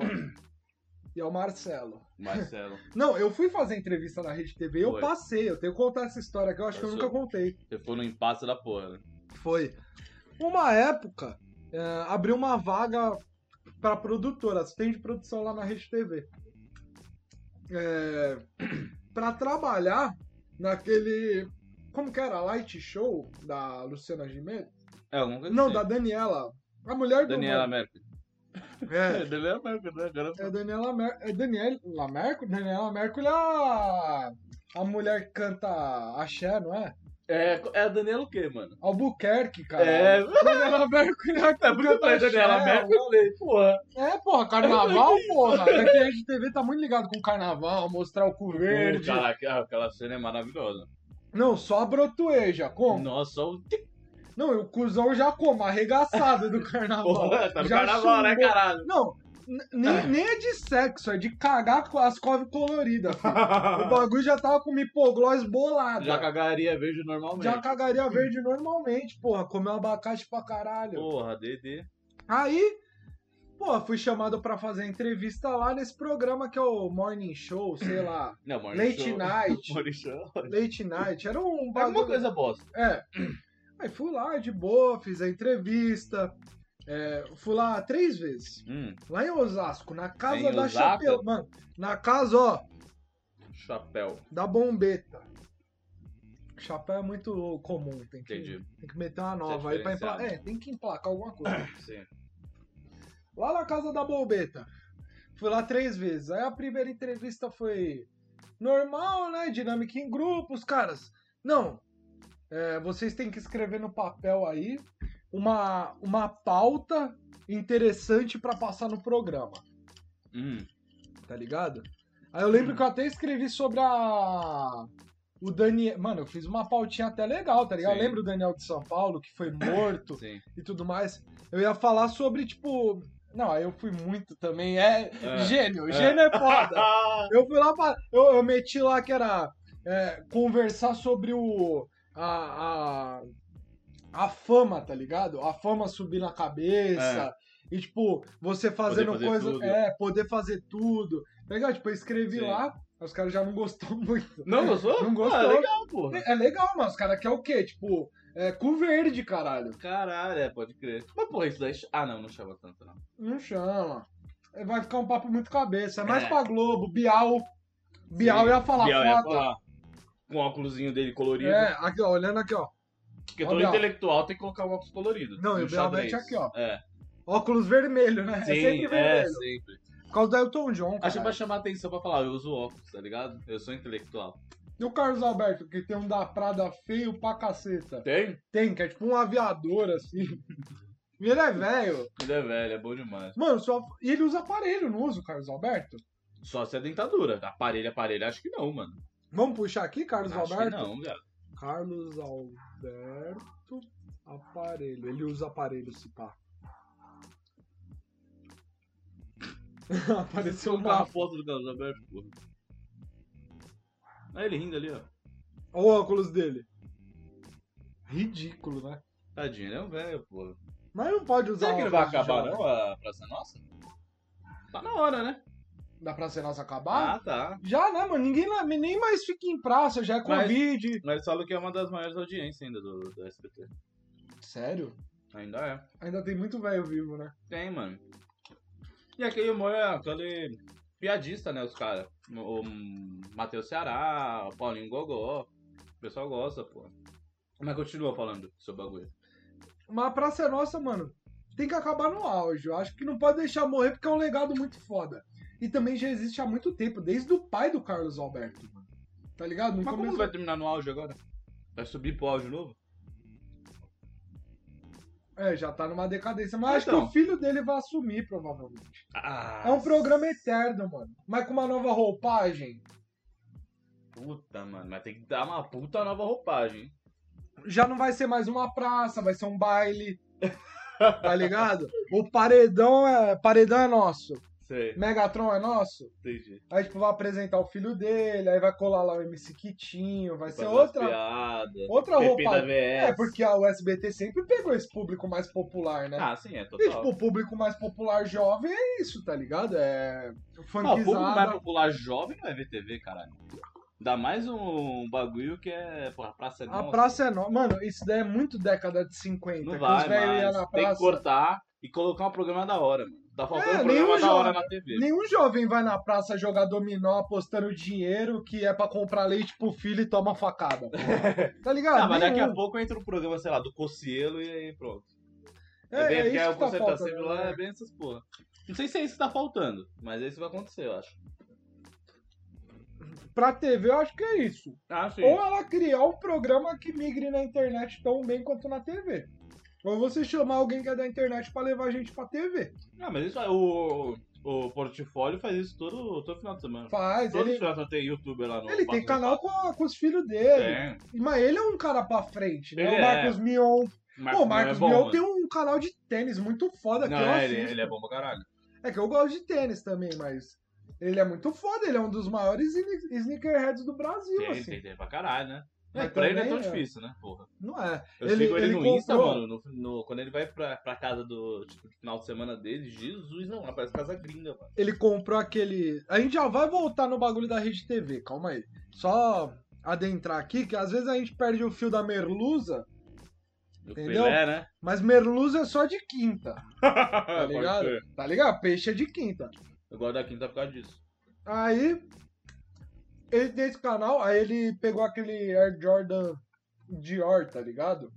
S1: E é o Marcelo.
S2: Marcelo,
S1: Não, eu fui fazer entrevista na Rede TV e eu
S2: Foi.
S1: passei. Eu tenho que contar essa história que eu acho que eu
S2: Passou.
S1: nunca contei.
S2: você foi no impasse da porra, né?
S1: Foi. Uma época, é, abriu uma vaga pra produtora, assistente de produção lá na Rede TV. É, pra trabalhar naquele. Como que era? Light Show da Luciana Gimenez?
S2: É, alguma coisa
S1: Não,
S2: assim.
S1: da Daniela. A mulher do.
S2: Daniela Mercury.
S1: É.
S2: É, Daniela Mercury, né? Agora
S1: É a Daniela Mer... é Daniela Mercury? Daniela Mercury é a... a mulher que canta axé, não é?
S2: É, é a Daniela o quê, mano?
S1: Albuquerque, cara.
S2: É.
S1: Daniela Mercury é a que
S2: É porque eu
S1: canta
S2: falei
S1: axé.
S2: Daniela Mercury, eu falei, porra.
S1: É, porra, carnaval, porra. É que a Rede TV tá muito ligado com carnaval, mostrar o cu
S2: Verde.
S1: verde.
S2: aquela cena é maravilhosa.
S1: Não, só a brotueja, como?
S2: Nossa, só
S1: tá
S2: o
S1: Não, e o cuzão já como, arregaçado do carnaval.
S2: Porra, tá no
S1: Já
S2: carnaval, né,
S1: chumbou.
S2: caralho?
S1: Não, n- nem, nem é de sexo, é de cagar com as cove coloridas. O bagulho já tava com uma hipoglós bolada.
S2: Já cagaria verde normalmente.
S1: Já cagaria verde normalmente, porra. Comeu abacate pra caralho.
S2: Porra, DD.
S1: Aí, porra, fui chamado pra fazer entrevista lá nesse programa que é o Morning Show, sei lá.
S2: Não, Morning
S1: Late
S2: Show.
S1: Night.
S2: Morning Show.
S1: Late Night. Era um
S2: Alguma
S1: bagulho.
S2: coisa bosta.
S1: É. Aí fui lá de boa, fiz a entrevista. É, fui lá três vezes.
S2: Hum,
S1: Lá em Osasco, na casa
S2: Em
S1: da
S2: Osasco?
S1: Chapéu. Mano, na casa, ó,
S2: chapéu.
S1: da Bombeta. Chapéu é muito comum, tem que,
S2: Entendi.
S1: tem que meter uma nova aí pra emplacar. É, tem que emplacar alguma coisa.
S2: Sim.
S1: lá na casa da Bombeta. Fui lá três vezes. Aí a primeira entrevista foi normal, né? Dinâmica em grupos, caras. Não, é, vocês têm que escrever no papel aí uma, uma pauta interessante pra passar no programa,
S2: Hum,
S1: tá ligado? Aí eu lembro que eu até escrevi sobre a. O Daniel. Mano, eu fiz uma pautinha até legal, tá ligado?
S2: Sim.
S1: Eu lembro o Daniel de São Paulo, que foi morto
S2: sim.
S1: e tudo mais, eu ia falar sobre, tipo. Não, aí eu fui muito também. É,
S2: É.
S1: gênio,
S2: É.
S1: gênio é foda.
S2: Ah!
S1: Eu fui lá pra. Eu, eu meti lá que era é, conversar sobre o. a, a, a fama, tá ligado? A fama subir na cabeça. E, tipo, você fazendo
S2: É. fazer
S1: coisa.
S2: tudo.
S1: É, poder fazer tudo. Tá ligado? Tipo, eu escrevi
S2: Sim.
S1: lá, os caras já não gostou muito.
S2: Não gostou?
S1: Não gostou.
S2: Ah, é legal, pô.
S1: É legal, mas os caras querem o quê? Tipo, é cu verde, caralho.
S2: Caralho, é, pode crer. Mas, porra, isso daí. Ah, não, não chama tanto, não.
S1: Não chama. É, Vai ficar um papo muito cabeça. É mais
S2: É.
S1: pra Globo, Bial. Bial
S2: Sim.
S1: ia falar
S2: Biel ia
S1: foda.
S2: falar. Com o óculosinho dele colorido.
S1: É, aqui, ó, olhando aqui, ó.
S2: Porque
S1: Ó,
S2: todo
S1: Biel.
S2: intelectual tem que colocar o óculos colorido.
S1: Não, e
S2: no
S1: o Biel
S2: xadrez.
S1: mete aqui, ó.
S2: É.
S1: Óculos vermelho, né? é
S2: Sim,
S1: sempre
S2: é,
S1: vermelho.
S2: sempre.
S1: Por causa do Elton John.
S2: Acho que pra
S1: caralho.
S2: chamar atenção pra falar, eu uso óculos, tá ligado? Eu sou intelectual.
S1: E o Carlos Alberto, que tem um da Prada feio pra caceta.
S2: Tem?
S1: Tem, que é tipo um aviador, assim. E ele é velho.
S2: Ele é velho, é bom demais.
S1: Mano, só... e ele usa aparelho, não usa o Carlos Alberto?
S2: Só se é dentadura. Aparelho, aparelho, acho que não, mano.
S1: Vamos puxar aqui, Carlos
S2: Acho que
S1: Alberto?
S2: não, viado.
S1: Carlos Alberto Aparelho. Ele usa aparelho, se pá. Apareceu um
S2: uma
S1: bafo.
S2: foto do Carlos Alberto, porra. Olha ele rindo ali, ó.
S1: Olha o óculos dele. Ridículo, né?
S2: Tadinho, ele é um velho, porra.
S1: Mas não pode usar
S2: Será que não vai
S1: óculos de
S2: acabar,
S1: jovem.
S2: não, a Praça Nossa? Tá na hora, né?
S1: Da Praça Nossa acabar?
S2: Ah, tá.
S1: Já, né, mano? Ninguém lá- nem mais fica em praça, já é
S2: Mas-
S1: Covid.
S2: Mas falam que é uma das maiores audiências ainda do, do SBT.
S1: Sério?
S2: Ainda é.
S1: Ainda tem muito velho vivo, né?
S2: Tem, mano. E aquele humor é aquele piadista, né, os caras. O hum, Matheus Ceará, o Paulinho Gogó. O pessoal gosta, pô. Mas continua falando sobre o bagulho.
S1: Mas a Praça é Nossa, mano, tem que acabar no auge. Eu acho que não pode deixar morrer porque é um legado muito foda. E também já existe há muito tempo, desde o pai do Carlos Alberto, mano. Tá ligado? Não
S2: Mas como
S1: começou-
S2: vai terminar no auge agora? Vai subir pro auge novo?
S1: É, já tá numa decadência. Mas acho
S2: Então.
S1: que o filho dele vai assumir, provavelmente.
S2: Ah,
S1: É um programa eterno, mano. Mas com uma nova roupagem.
S2: Puta, mano. Mas tem que dar uma puta nova roupagem. hein?
S1: Já não vai ser mais uma praça, vai ser um baile. Tá ligado? O paredão é, paredão é nosso.
S2: Sei,
S1: Megatron é nosso.
S2: entendi.
S1: Aí, tipo, vai apresentar o filho dele, aí vai colar lá o MC Quitinho, vai ser
S2: Fazer umas
S1: é outra,
S2: piadas,
S1: outra
S2: PP da
S1: roupagem.
S2: VS.
S1: É, porque a USBT sempre pegou esse público mais popular, né?
S2: Ah, sim, é
S1: e,
S2: total.
S1: tipo, o público mais popular jovem é isso, tá ligado? É
S2: Ah, o público mais
S1: funkizada.
S2: popular jovem não é VTV, caralho. Dá mais um bagulho que é. Porra, a praça é
S1: a
S2: nossa.
S1: praça é nova. Mano, isso daí é muito década de 50.
S2: Não
S1: que
S2: vai,
S1: os velhos iam
S2: mas
S1: na
S2: tem que
S1: praça.
S2: cortar e colocar um programa da hora, mano. Tá faltando
S1: É,
S2: um programa
S1: nenhum
S2: da hora
S1: jovem-
S2: na TV.
S1: Nenhum jovem vai na praça jogar dominó apostando dinheiro que é pra comprar leite pro filho e toma facada. porra. Tá ligado?
S2: Ah, mas daqui
S1: Nenhum.
S2: a pouco entra um programa, sei lá, do Cocielo e aí pronto.
S1: É, é,
S2: bem, porque
S1: isso que
S2: aí o
S1: tá
S2: Conselho tá
S1: faltando.
S2: sempre
S1: né?
S2: lá, é bem essas porra. Não sei se é isso que tá faltando, mas é isso que vai acontecer, eu acho.
S1: Pra TV, eu acho que é isso.
S2: Ah, sim.
S1: Ou ela criar um programa que migre na internet tão bem quanto na TV. Ou você chamar alguém que é da internet pra levar a gente pra TV.
S2: Ah, mas isso aí, o, o portfólio faz isso todo, todo final de semana.
S1: Faz,
S2: Todo
S1: ele,
S2: final de semana tem youtuber lá no
S1: ele tem
S2: Papo
S1: canal com, a- com os filhos dele.
S2: Tem.
S1: Mas ele é um cara pra frente, né?
S2: Ele é.
S1: o Marcos Mion. Pô, o Marcos Mion
S2: mano.
S1: tem um canal de tênis muito foda
S2: Não,
S1: que eu
S2: é, ele,
S1: assisto.
S2: ele é bom pra caralho.
S1: É que eu gosto de tênis também, mas ele é muito foda, ele é um dos maiores sne- sneakerheads do Brasil,
S2: Tem,
S1: assim.
S2: tem, tem pra caralho, né?
S1: Mas
S2: É, pra ele não é tão
S1: também, é.
S2: difícil, né? Porra.
S1: Não é.
S2: Eu
S1: Ele-
S2: sigo ele,
S1: ele
S2: no Insta,
S1: comprou-
S2: mano. no- no- quando ele vai pra, pra casa do tipo, de final de semana dele, Jesus, não, parece casa gringa, mano.
S1: ele comprou aquele. A gente já vai voltar no bagulho da Rede TV, calma aí. Só adentrar aqui, que às vezes a gente perde o fio da merluza,
S2: Do
S1: Entendeu?
S2: Pelé, né?
S1: mas merluza é só de quinta,
S2: tá
S1: Pode ligado? tá ligado? Peixe é de quinta.
S2: Eu gosto da quinta por causa disso.
S1: Aí ele tem esse canal, aí ele pegou aquele Air Jordan Dior, tá ligado?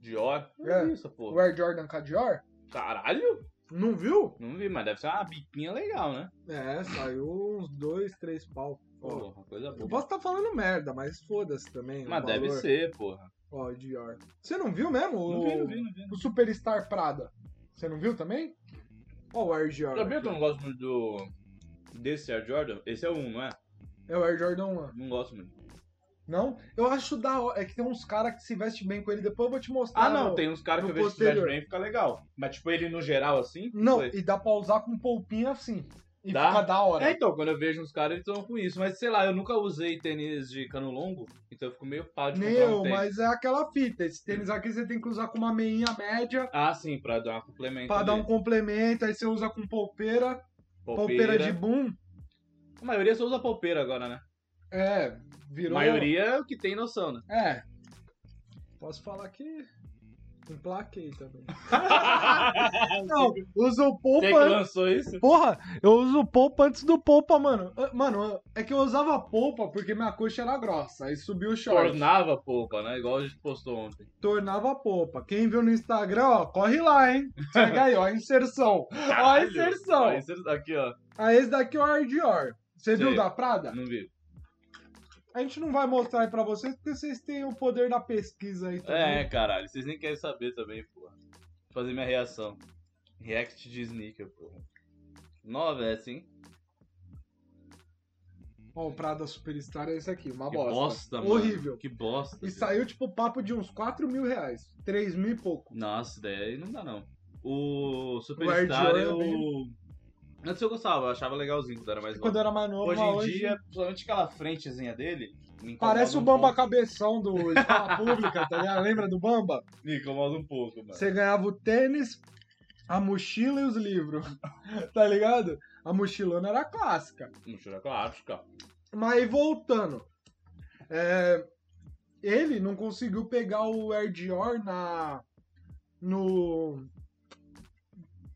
S2: Dior. Que
S1: É.
S2: isso,
S1: O
S2: porra.
S1: Air Jordan com a Dior.
S2: Caralho?
S1: Não viu?
S2: Não vi, mas deve ser uma biquinha legal, né?
S1: É, saiu uns dois, três pau. Ó,
S2: Porra, coisa
S1: eu
S2: boa.
S1: posso estar falando merda, mas foda-se também. o
S2: Mas deve
S1: valor.
S2: ser, porra.
S1: Ó, Dior. Você não viu mesmo?
S2: Não
S1: o-
S2: vi, não vi, não vi.
S1: O Superstar Prada. Você não viu também? Ó o Air Jordan.
S2: Sabia que eu não gosto muito do. Desse Air Jordan? Esse é um, não é?
S1: É o Air Jordan 1.
S2: Não gosto muito.
S1: Não? Eu acho da hora. É que tem uns caras que se vestem bem com ele. Depois eu vou te mostrar.
S2: Ah, não,
S1: no-
S2: tem uns caras
S1: no
S2: que eu vejo que se
S1: posterior.
S2: veste bem e fica legal. Mas, tipo, ele no geral, assim.
S1: Não,
S2: foi-
S1: e dá pra usar com polpinha um assim. E
S2: Dá?
S1: fica da hora.
S2: É, então, quando eu vejo uns caras, eles estão com isso. Mas sei lá, eu nunca usei tênis de cano longo, então eu fico meio pá de comprar um
S1: Meu,
S2: tênis.
S1: mas é aquela fita. Esse tênis aqui você tem que usar com uma meinha média
S2: Ah, sim, pra dar um complemento.
S1: pra dar um
S2: ali.
S1: complemento. Aí você usa com polpeira, polpeira, de boom.
S2: A maioria só usa polpeira agora, né?
S1: É, virou.
S2: A maioria é o que tem noção, né?
S1: É. Posso falar que emplaquei também. Não, usa o
S2: Você que
S1: polpa.
S2: lançou isso?
S1: Porra, eu uso polpa antes do polpa, mano. Ah, Mano, é que eu usava polpa porque minha coxa era grossa. Aí subiu o short.
S2: Tornava polpa, né? Igual a gente postou ontem.
S1: Tornava polpa. Quem viu no Instagram, ó, corre lá, hein? Pega aí, ó, a inserção. ó a
S2: Caralho,
S1: inserção.
S2: ó a inserção. Aqui, ó.
S1: Aí esse daqui é o Air Dior. Você
S2: Sei.
S1: viu da Prada?
S2: Não vi.
S1: A gente não vai mostrar aí pra vocês, porque vocês têm o poder da pesquisa aí também.
S2: É, caralho. Vocês nem querem saber também, porra. Vou fazer minha reação. React de sneaker, porra. Nova é assim.
S1: Ó, o Prada Superstar é esse aqui, uma
S2: Que
S1: bosta.
S2: bosta, mano.
S1: Horrível.
S2: Que bosta.
S1: E
S2: velho.
S1: saiu, tipo, papo de uns 4 mil reais. 3 mil e pouco.
S2: Nossa, daí não dá não. O
S1: O
S2: Superstar
S1: Air
S2: eu.
S1: Jordan é
S2: Antes eu gostava, eu achava legalzinho quando era mais
S1: E
S2: novo.
S1: quando eu era mais novo,
S2: Hoje
S1: mas
S2: em dia, principalmente aquela frentezinha dele. me incomoda
S1: Parece o
S2: um
S1: Bamba
S2: pouco.
S1: Cabeção do Escola Pública, tá ligado? Lembra do Bamba?
S2: Me incomoda um pouco, mano.
S1: Você ganhava o tênis, a mochila e os livros, tá ligado? A mochilona era clássica.
S2: Mochila clássica.
S1: Mas aí voltando, é, ele não conseguiu pegar o Air Dior na, no,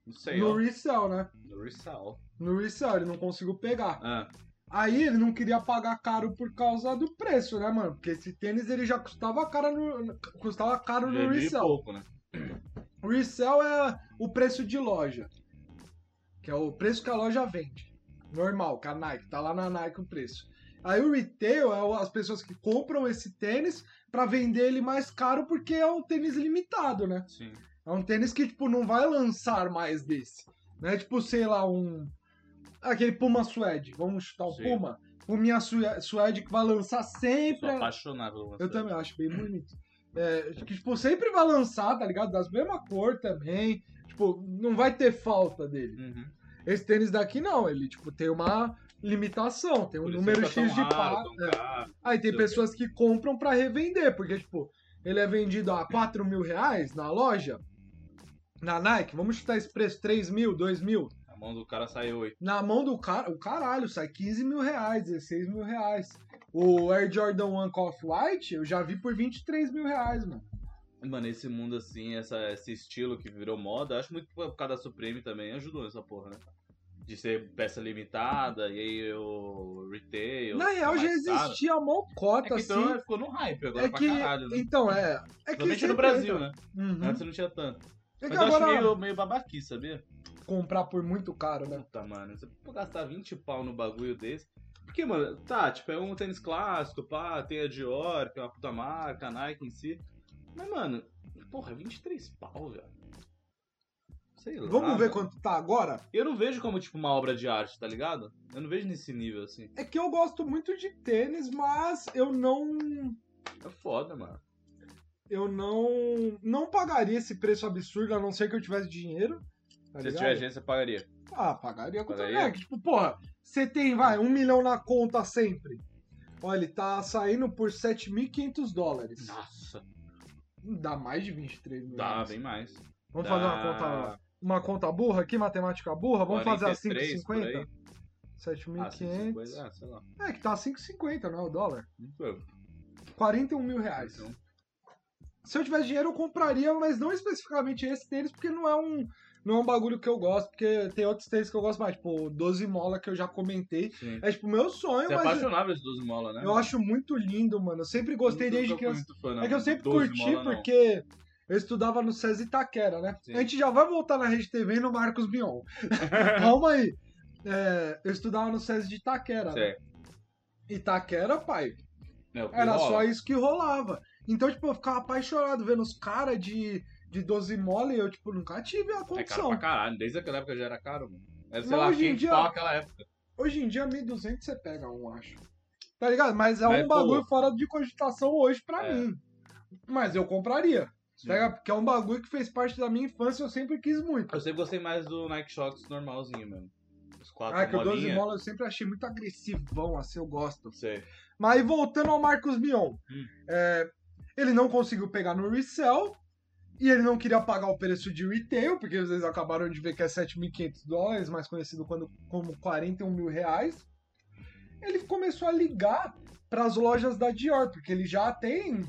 S2: Não sei,
S1: no
S2: ó.
S1: resell, né?
S2: No resell.
S1: No resell, ele não conseguiu pegar.
S2: Ah,
S1: Aí ele não queria pagar caro por causa do preço, né, mano? Porque esse tênis ele já custava caro no, custava caro
S2: já
S1: no
S2: vi
S1: resell.
S2: pouco, né?
S1: Resell é o preço de loja. Que é o preço que a loja vende. Normal, que a Nike. Tá lá na Nike o preço. Aí o retail é o- as pessoas que compram esse tênis pra vender ele mais caro porque é um tênis limitado, né?
S2: Sim.
S1: É um tênis que, tipo, não vai lançar mais desse. Não é tipo, sei lá, um. Aquele Puma Suede. Vamos chutar o
S2: Sim.
S1: Puma. Puminha Sue- Suede que vai lançar sempre. é-
S2: Sou apaixonado pelo
S1: Eu
S2: Lançador.
S1: também acho bem bonito. É, que, tipo, sempre vai lançar, tá ligado? Das mesma cor também. Tipo, não vai ter falta dele.
S2: Uhum.
S1: Esse tênis daqui não, ele, tipo, tem uma limitação, tem um
S2: Por isso
S1: número
S2: ele tá tão
S1: X de
S2: raro,
S1: par.
S2: tão
S1: é.
S2: caro.
S1: Aí tem
S2: Sei
S1: pessoas que compram pra revender, porque, tipo, ele é vendido a 4 mil reais na loja, na Nike, vamos chutar esse preço, 3 mil, 2 mil.
S2: A mão do cara saiu oito.
S1: Na mão do cara, o caralho, sai 15 mil reais, 16 mil reais. O Air Jordan 1 Off-White, eu já vi por 23 mil reais, mano.
S2: Mano, esse mundo assim, essa, esse estilo que virou moda, acho muito por causa da Supreme também, ajudou nessa porra, né? De ser peça limitada, e aí o retail.
S1: Na real, já
S2: tá mais caro.
S1: existia a
S2: É
S1: mocota,
S2: que
S1: assim.
S2: então ficou no hype agora
S1: é
S2: pra
S1: que.
S2: caralho, né?
S1: Então, é. É que.
S2: Principalmente
S1: sempre
S2: no Brasil, né?
S1: entra. Uhum.
S2: Antes não tinha tanto.
S1: É que
S2: Mas eu acho
S1: agora
S2: meio, meio babaqui, sabia?
S1: comprar por muito caro, né?
S2: Puta, mano, você pode gastar 20 pau no bagulho desse. Porque, mano, tá, tipo, é um tênis clássico, pá, tem a Dior, que é uma puta marca, a Nike em si. Mas, mano, porra, 23 pau, velho. Sei lá.
S1: Vamos ver
S2: mano.
S1: quanto tá agora?
S2: Eu não vejo como, tipo, uma obra de arte, tá ligado? Eu não vejo nesse nível, assim.
S1: É que eu gosto muito de tênis, mas eu não.
S2: É foda, mano.
S1: Eu não. Não pagaria esse preço absurdo, a não ser que eu tivesse dinheiro. Tá
S2: Se
S1: ligado?
S2: tiver agência, eu pagaria.
S1: Ah, pagaria com
S2: Pagaria?
S1: É que, Tipo, porra, você tem, vai, um milhão na conta sempre. Olha, ele tá saindo por 7.500 dólares.
S2: Nossa,
S1: Dá mais de 23 mil.
S2: dá
S1: reais.
S2: bem mais.
S1: Vamos
S2: Dá
S1: fazer uma conta, uma conta burra aqui, matemática burra. Vamos fazer a
S2: 43 por aí.
S1: 5,50?
S2: Ah, 5,50,
S1: 7.500.
S2: ah, sei lá.
S1: É, que tá 5,50, não é o dólar?
S2: Não foi.
S1: 41 mil reais.
S2: Então,
S1: Se eu tivesse dinheiro, eu compraria, mas não especificamente esse tênis, porque não é um. Não é um bagulho que eu gosto, porque tem outros tênis que eu gosto mais, tipo, o 12 mola que eu já comentei.
S2: sim.
S1: É tipo meu sonho,
S2: Você é
S1: mas eu,
S2: apaixonado por esses 12 mola, né?
S1: eu acho muito lindo, mano. Eu sempre gostei
S2: Nunca
S1: desde
S2: fui
S1: criança.
S2: muito fã, não.
S1: É que eu sempre
S2: 12
S1: curti
S2: mola, não.
S1: porque eu estudava no SESI Itaquera, né?
S2: Sim.
S1: A gente já vai voltar na Rede TV e no Marcos Mion. Calma aí. É, eu estudava no SESI de Itaquera. Né?
S2: Certo.
S1: Itaquera, pai,
S2: Não, que
S1: era
S2: rola.
S1: só isso que rolava. Então, tipo, eu ficava apaixonado vendo os caras de, de 12 mole e eu, tipo, nunca tive a
S2: É caro
S1: condição.
S2: pra caralho. Desde aquela época já era caro, mano. Era, sei
S1: Mas
S2: lá,
S1: hoje em
S2: 15
S1: dia-
S2: pau aquela época.
S1: Hoje em dia, 1.200 você pega um, acho. Tá ligado? Mas é
S2: Mas,
S1: um
S2: pô.
S1: bagulho fora de cogitação hoje pra
S2: É.
S1: mim. Mas eu compraria.
S2: Sim.
S1: Pega, porque é um bagulho que fez parte da minha infância, eu sempre quis muito.
S2: Eu sempre gostei mais do Nike Shox normalzinho mesmo. Os quatro
S1: Ah, que o 12
S2: molinha.
S1: mola eu sempre achei muito agressivão, assim, eu gosto.
S2: Sei.
S1: Mas aí, voltando ao Marcos Mion,
S2: Hum.
S1: é, ele não conseguiu pegar no resell e ele não queria pagar o preço de retail, porque vocês acabaram de ver que é 7.500 dólares, mais conhecido quando, como 41 mil reais. Ele começou a ligar para as lojas da Dior, porque ele já tem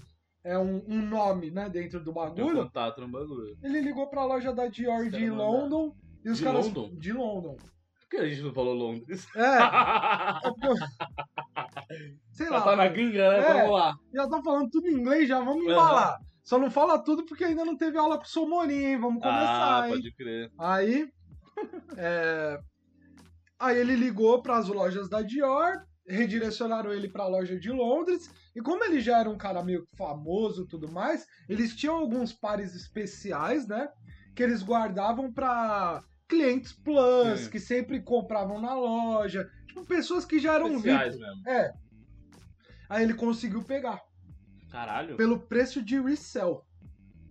S1: é, um, um nome né, dentro do
S2: Deu
S1: bagulho.
S2: um contato no bagulho.
S1: Ele ligou para a loja da Dior
S2: Uhum. Os
S1: de
S2: caras mandaram.
S1: London. E os
S2: De
S1: caras
S2: London?
S1: de London.
S2: Por que a gente não falou Londres?
S1: É,
S2: Já
S1: é porque- sei lá.
S2: tá na gringa, né?
S1: É.
S2: Vamos lá.
S1: Já estão falando tudo em inglês, já vamos
S2: Aham.
S1: embalar. Só não fala tudo porque ainda não teve aula com o Somorim, hein? Vamos começar,
S2: ah,
S1: hein?
S2: pode crer.
S1: Aí. é, Aí ele ligou para as lojas da Dior, redirecionaram ele para a loja de Londres. E como ele já era um cara meio famoso e tudo mais, eles tinham alguns pares especiais, né? Que eles guardavam para clientes plus,
S2: Sim.
S1: que sempre compravam na loja. Tipo, pessoas que já eram VIP.
S2: Especiais mesmo.
S1: Aí ele conseguiu pegar
S2: Caralho.
S1: pelo preço de resell.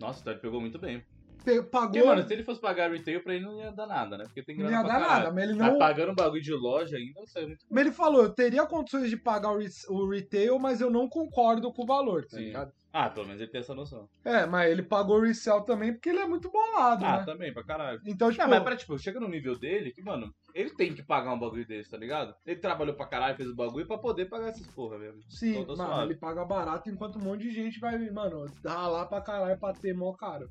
S2: Nossa, então ele pegou muito bem.
S1: Pe- pagou.
S2: Porque, mano, se ele fosse pagar retail pra ele não ia dar nada, né? Porque tem
S1: não
S2: grana
S1: ia
S2: pra
S1: dar
S2: caralho.
S1: nada, mas ele
S2: Tá
S1: não.
S2: pagando bagulho de loja ainda, não sei né? muito.
S1: Mas ele falou, eu teria condições de pagar o, res- o retail, mas eu não concordo com o valor, tá
S2: Sim.
S1: ligado?
S2: Ah, pelo menos ele tem essa noção.
S1: É, mas ele pagou o resell também porque ele é muito bolado,
S2: Ah,
S1: né?
S2: também, pra caralho.
S1: Então, tipo,
S2: Não, mas pra, tipo, chega no nível dele que, mano, ele tem que pagar um bagulho desse, tá ligado? Ele trabalhou pra caralho, fez o bagulho pra poder pagar essas porra mesmo.
S1: sim,
S2: então tá
S1: mano,
S2: suave.
S1: ele paga barato enquanto um monte de gente vai, mano, dar lá pra caralho pra ter mó caro.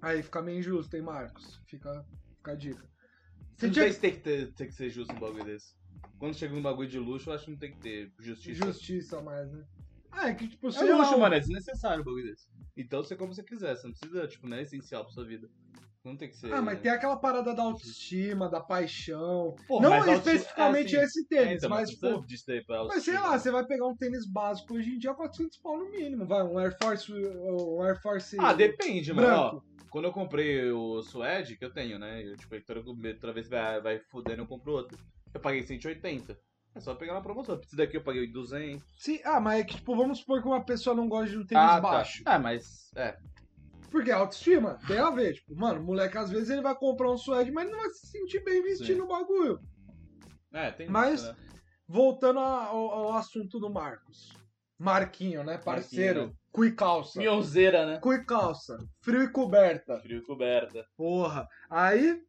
S1: Aí fica meio injusto, hein, Marcos? Fica, fica a dica.
S2: Você
S1: Você
S2: não
S1: tinha
S2: sei se tem que, ter, tem que ser justo um bagulho desse. Quando chega um bagulho de luxo, eu acho que não tem que ter
S1: que...
S2: justiça.
S1: justiça mais, né? Ah, é que, tipo,
S2: É
S1: sei lá,
S2: luxo,
S1: um-
S2: mano, é desnecessário um bagulho desse. Então você como você quiser, você não precisa, tipo, não é essencial pra sua vida. Não tem que ser. né?
S1: Ah, mas tem aquela parada da autoestima, da paixão.
S2: Pô,
S1: não
S2: mas a autoestima-
S1: especificamente
S2: é assim.
S1: esse tênis,
S2: É, então,
S1: mas,
S2: precisa
S1: tipo,
S2: disso daí pra
S1: mas sei
S2: autoestima.
S1: lá, você vai pegar um tênis básico hoje em dia 400 pau no mínimo, vai, um Air Force, um Air Force
S2: Ah, depende, mano. ó.
S1: branco.
S2: Quando eu comprei o Suede, que eu tenho, né? Eu, tipo, toda, toda vez que vai, vai fudendo, eu compro outro. Eu paguei 180. É só pegar na promoção. Esse daqui eu paguei 200.
S1: Sim, ah, mas é que, tipo, vamos supor que uma pessoa não gosta de um tênis baixo.
S2: tá. É, mas. É.
S1: Porque a autoestima tem a ver, tipo, mano, o moleque às vezes ele vai comprar um suede, mas ele não vai se sentir bem vestindo o bagulho.
S2: É, tem
S1: Mas-
S2: isso, né?
S1: Voltando a- ao, ao assunto do Marcos. Marquinho, né, parceiro?
S2: Marquinho,
S1: Cui calça.
S2: Mionzeira, né?
S1: Cui calça. Frio e coberta.
S2: Frio e coberta.
S1: Porra. Aí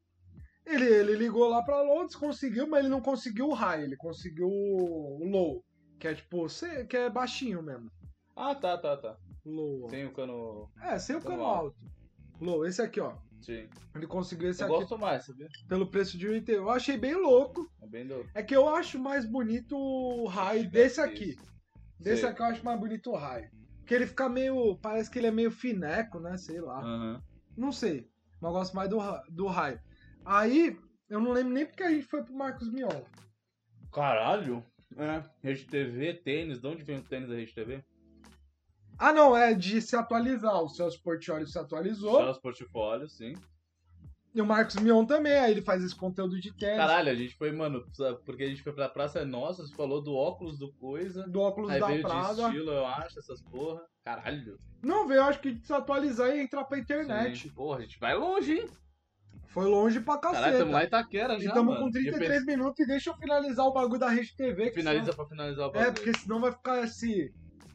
S1: ele, ele ligou lá pra Londres, conseguiu, mas ele não conseguiu o high, ele conseguiu o low, que é tipo, cê- que é baixinho mesmo.
S2: Ah, tá, tá, tá.
S1: Low. ó.
S2: Tem o cano.
S1: É, sem o
S2: Tá
S1: cano
S2: bom.
S1: alto. Low, esse aqui, ó.
S2: Sim.
S1: Ele conseguiu esse
S2: Eu
S1: aqui
S2: gosto mais, sabia?
S1: pelo preço de 80. Eu achei bem louco.
S2: É bem do.
S1: É que eu acho mais bonito o high desse aqui. Desse
S2: é Sei.
S1: aqui eu acho mais bonito o high. Porque ele fica meio. Parece que ele é meio fineco, né? Sei lá.
S2: Aham.
S1: Não sei. Mas eu gosto mais do, ra- do raio. Aí, eu não lembro nem porque a gente foi pro Marcos Mion.
S2: Caralho. É. Rede TV, tênis. De onde vem o tênis da Rede TV?
S1: Ah, não, é de se atualizar. O Celso Portioli se atualizou.
S2: Só os portfólios, sim.
S1: E o Marcos Mion também. Aí ele faz esse conteúdo de tênis.
S2: Caralho, a gente foi, mano, sabe, porque a gente foi pra Praça Nossa, você falou do óculos do coisa.
S1: Do óculos
S2: Aí
S1: da
S2: veio de
S1: Prada.
S2: estilo, eu acho, essas porra. Caralho.
S1: Não, veio, acho que de se atualizar e entrar pra internet.
S2: Sim. Porra, a gente vai longe, hein?
S1: Foi longe pra
S2: Caralho,
S1: caceta.
S2: tamo lá em Itaquera
S1: e
S2: já,
S1: tamo
S2: mano.
S1: com
S2: E eu
S1: 33 minutos. E deixa eu finalizar o bagulho da Rede TV.
S2: pensei- Finaliza pra finalizar o
S1: É,
S2: bagulho.
S1: porque senão vai ficar esse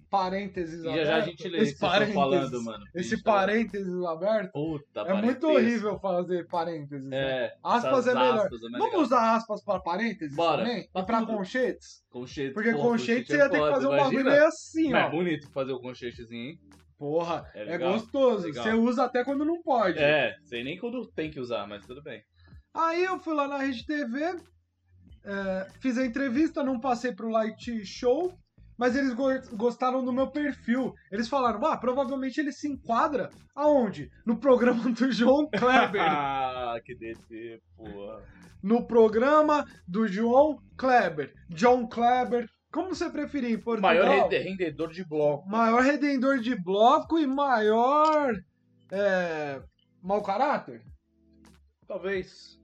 S1: parênteses
S2: E já já a
S1: aberto.
S2: gente lê o
S1: esse
S2: que vocês estão
S1: parênteses,
S2: falando, mano.
S1: Esse
S2: Gente, tá-
S1: parênteses aberto.
S2: Puta,
S1: É muito
S2: Tá parentesco.
S1: horrível fazer parênteses. né?
S2: É,
S1: Aspas
S2: essas
S1: é melhor.
S2: aspas, é melhor.
S1: Vamos usar aspas para parênteses
S2: Bora,
S1: também?
S2: pra
S1: e pra
S2: tudo.
S1: conchetes?
S2: Conchete,
S1: Porque
S2: porra,
S1: conchetes
S2: conchete
S1: você
S2: é
S1: ia ter que
S2: foda,
S1: fazer um
S2: imagina.
S1: bagulho meio assim,
S2: Mas é
S1: ó.
S2: bonito fazer o conchetezinho, hein?
S1: Porra,
S2: É
S1: é,
S2: legal,
S1: gostoso.
S2: legal.
S1: Você usa até quando não pode.
S2: É, sei nem quando tem que usar, mas tudo bem.
S1: Aí eu fui lá na Rede TV, é, fiz a entrevista, não passei pro Light Show, mas eles go- gostaram do meu perfil. Eles falaram, ah, provavelmente ele se enquadra aonde? No programa do João Kleber.
S2: Ah, que DT, porra.
S1: no programa do João Kleber. John Kleber, como você preferir em
S2: O
S1: Portugal?
S2: maior rende- rendedor de bloco.
S1: maior redendor de bloco e maior é, mau caráter?
S2: Talvez.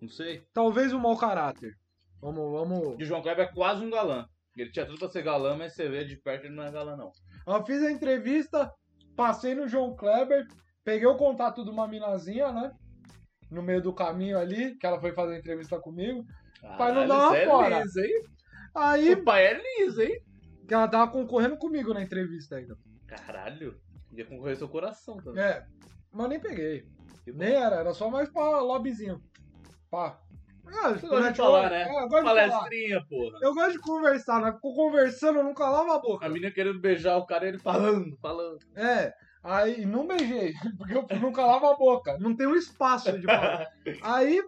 S2: Não sei.
S1: Talvez o mau caráter. Vamos, vamos.
S2: E o João Kleber é quase um galã. Ele tinha tudo pra ser galã, mas você vê de perto ele não é galã, não.
S1: Eu fiz a entrevista, passei no João Kleber, peguei o contato de uma minazinha, né? no meio do caminho ali, que ela foi fazer entrevista comigo.
S2: Caralho,
S1: não dar uma
S2: você é
S1: fora.
S2: liso, hein?
S1: Aí
S2: O pai é liso, hein?
S1: que ela tava concorrendo comigo na entrevista ainda.
S2: Caralho. Ia concorrer seu coração também.
S1: É, mas nem peguei.
S2: Que bom.
S1: Nem era, era só mais pra lobbyzinho. Pá. Ah,
S2: Você gosta de
S1: network-
S2: falar, né?
S1: É, eu gosto de falar.
S2: Palestrinha, porra.
S1: Eu gosto de conversar, mas conversando eu nunca lavo a boca.
S2: A menina querendo beijar o cara e ele falando, falando.
S1: É, aí não beijei, porque eu nunca lavo a boca. Não tem um espaço de falar. Aí.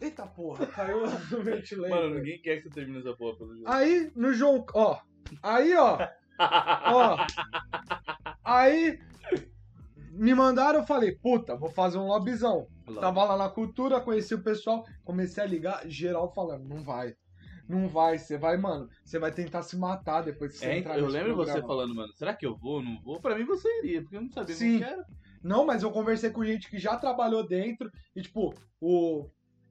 S1: Eita porra, caiu no ventilador.
S2: Mano, ninguém quer que você termine essa porra pelo jeito.
S1: Aí, no João. Ó. Aí, ó. Ah, Ó. Aí. Me mandaram, eu falei, puta, vou fazer um lobizão. Tava lá na cultura, conheci o pessoal, comecei a ligar, geral falando, não vai. Não vai, você vai, mano. Você vai tentar se matar depois que você
S2: É,
S1: entrar
S2: eu
S1: nesse
S2: lembro você
S1: programa."
S2: falando, mano, será que eu vou, não vou? Pra mim você iria, porque eu não sabia
S1: Sim.
S2: o que era.
S1: Não, mas eu conversei com gente que já trabalhou dentro e, tipo, o...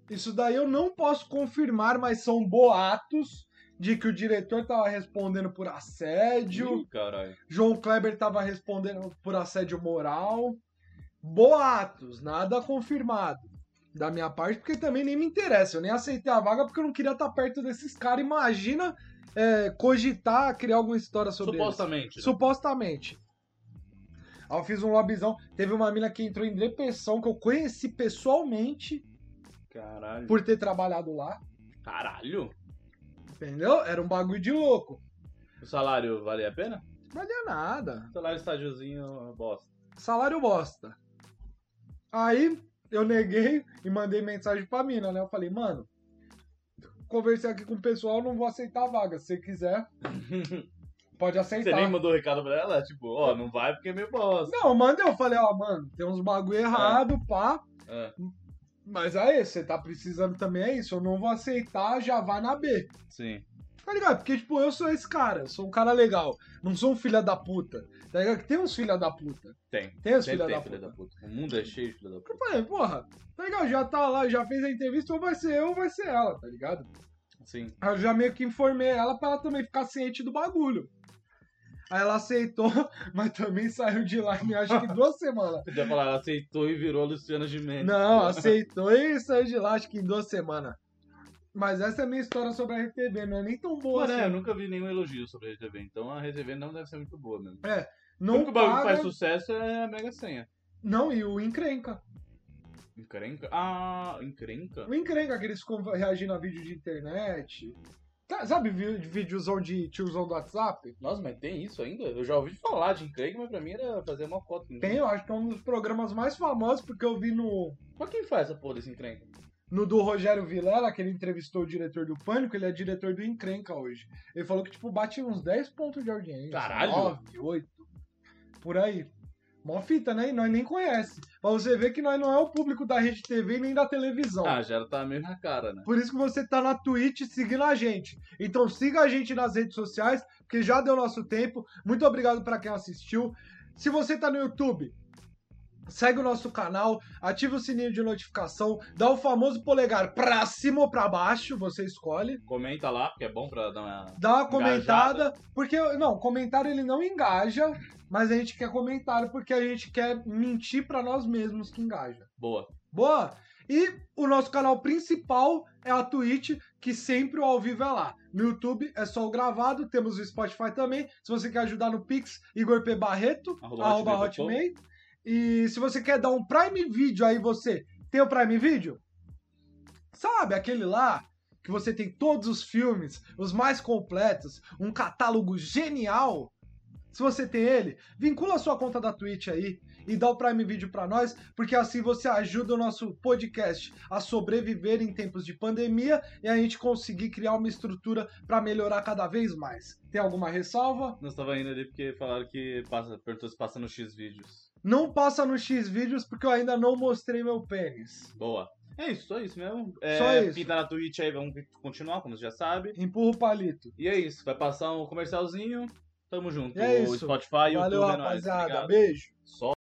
S1: isso daí eu não posso confirmar, mas são boatos de que o diretor tava respondendo por assédio,
S2: Ih, caralho.
S1: João Kleber tava respondendo por assédio moral. Boatos, nada confirmado da minha parte, porque também nem me interessa. Eu nem aceitei a vaga porque eu não queria estar perto desses caras. Imagina é, cogitar, criar alguma história sobre eles.
S2: Supostamente. né?
S1: Supostamente. Aí eu fiz um lobizão. Teve uma mina que entrou em depressão que eu conheci pessoalmente
S2: Caralho.
S1: por ter trabalhado lá.
S2: Caralho.
S1: Entendeu? Era um bagulho de louco.
S2: O salário valia a pena?
S1: Não valia nada.
S2: O salário estagiozinho é uma bosta.
S1: Salário bosta. Aí eu neguei e mandei mensagem pra mina, né? Eu falei, mano, conversei aqui com o pessoal, não vou aceitar a vaga. Se você quiser, pode
S2: Você
S1: aceitar.
S2: nem mandou recado pra ela? Tipo, ó, não vai porque é meio bosta.
S1: Não, eu mandei, eu falei, ó, mano, tem uns bagulho errado, pá.
S2: É,
S1: Mas aí, você tá precisando também, é isso. Eu não vou aceitar, já vá na B.
S2: sim.
S1: Tá ligado? Porque, tipo, eu sou esse cara, eu sou um cara legal. Não sou um filha da puta. Tá ligado? Que Tem uns filha da puta.
S2: Tem.
S1: Tem uns filha
S2: Sempre tem
S1: da
S2: filha
S1: puta.
S2: da puta. O mundo é cheio de filha da puta.
S1: Eu falei, porra, tá ligado? Já tá lá, já fez a entrevista, ou vai ser eu ou vai ser ela, tá ligado?
S2: Sim.
S1: Aí Eu já meio que informei ela pra ela também ficar ciente do bagulho. Aí ela aceitou, mas também saiu de lá em acho que duas semanas.
S2: Você ia falar, ela aceitou e virou Luciana Gimenez.
S1: Não, assim, aceitou e saiu de lá, acho que em duas semanas. Mas essa é a minha história sobre a RTB, não é nem tão boa
S2: Mano, é, eu
S1: assim.
S2: nunca vi nenhum elogio sobre a RTV, então a RTV não deve ser muito boa mesmo. O
S1: Não,
S2: único bagulho que
S1: paga,
S2: faz sucesso é a Mega Senha.
S1: não, e o encrenca.
S2: Encrenca? Ah, encrenca?
S1: O encrenca que eles ficam reagindo a vídeo de internet. Tá- Sabe vi- videozão de tiozão do WhatsApp?
S2: Nossa, mas tem isso ainda? Eu já ouvi falar de encrenca, mas pra mim era fazer uma foto.
S1: Tem, eu acho que é um dos programas mais famosos, porque eu vi no,
S2: Mas quem faz essa porra desse encrenca?
S1: no do Rogério Vilela, que ele entrevistou o diretor do Pânico, ele é diretor do Encrenca hoje. Ele falou que, tipo, bate uns 10 pontos de audiência.
S2: Caralho!
S1: 9, 8. Por aí. Mó fita, né? E nós nem conhece. Pra você ver que nós não é o público da Rede TV e nem da televisão.
S2: Ah, já tá meio na cara, né?
S1: Por isso que você tá na Twitch seguindo a gente. Então siga a gente nas redes sociais, porque já deu nosso tempo. Muito obrigado pra quem assistiu. Se você tá no YouTube, segue o nosso canal, ativa o sininho de notificação, dá o famoso polegar pra cima ou pra baixo, você escolhe.
S2: Comenta lá, porque é bom pra dar uma...
S1: Dá uma comentada, porque não, comentário ele não engaja, mas a gente quer comentário porque a gente quer mentir pra nós mesmos que engaja.
S2: Boa.
S1: Boa! E o nosso canal principal é a Twitch, que sempre o ao vivo é lá. No YouTube é só o gravado, temos o Spotify também. Se você quer ajudar no Pix, Igor P. Barreto,
S2: Arroba
S1: arroba
S2: hotmail
S1: Hotmail. E se você quer dar um Prime Video aí, você tem o Prime Video? Sabe aquele lá que você tem todos os filmes, os mais completos, um catálogo genial? Se você tem ele, vincula a sua conta da Twitch aí e dá o Prime Video pra nós, porque assim você ajuda o nosso podcast a sobreviver em tempos de pandemia e a gente conseguir criar uma estrutura pra melhorar cada vez mais. Tem alguma ressalva?
S2: Nós tava indo ali porque falaram que passa, perguntou se passa no X vídeos.
S1: Não passa no X vídeos porque eu ainda não mostrei meu pênis.
S2: Boa. É isso, só isso mesmo. É,
S1: Só isso.
S2: Pinta na Twitch aí, vamos continuar, como você já sabe.
S1: Empurra o palito.
S2: E é isso, vai passar um comercialzinho. Tamo junto.
S1: E é
S2: o
S1: isso.
S2: Spotify,
S1: Valeu,
S2: YouTube, é nóis.
S1: rapaziada.
S2: obrigado.
S1: Beijo.
S2: Só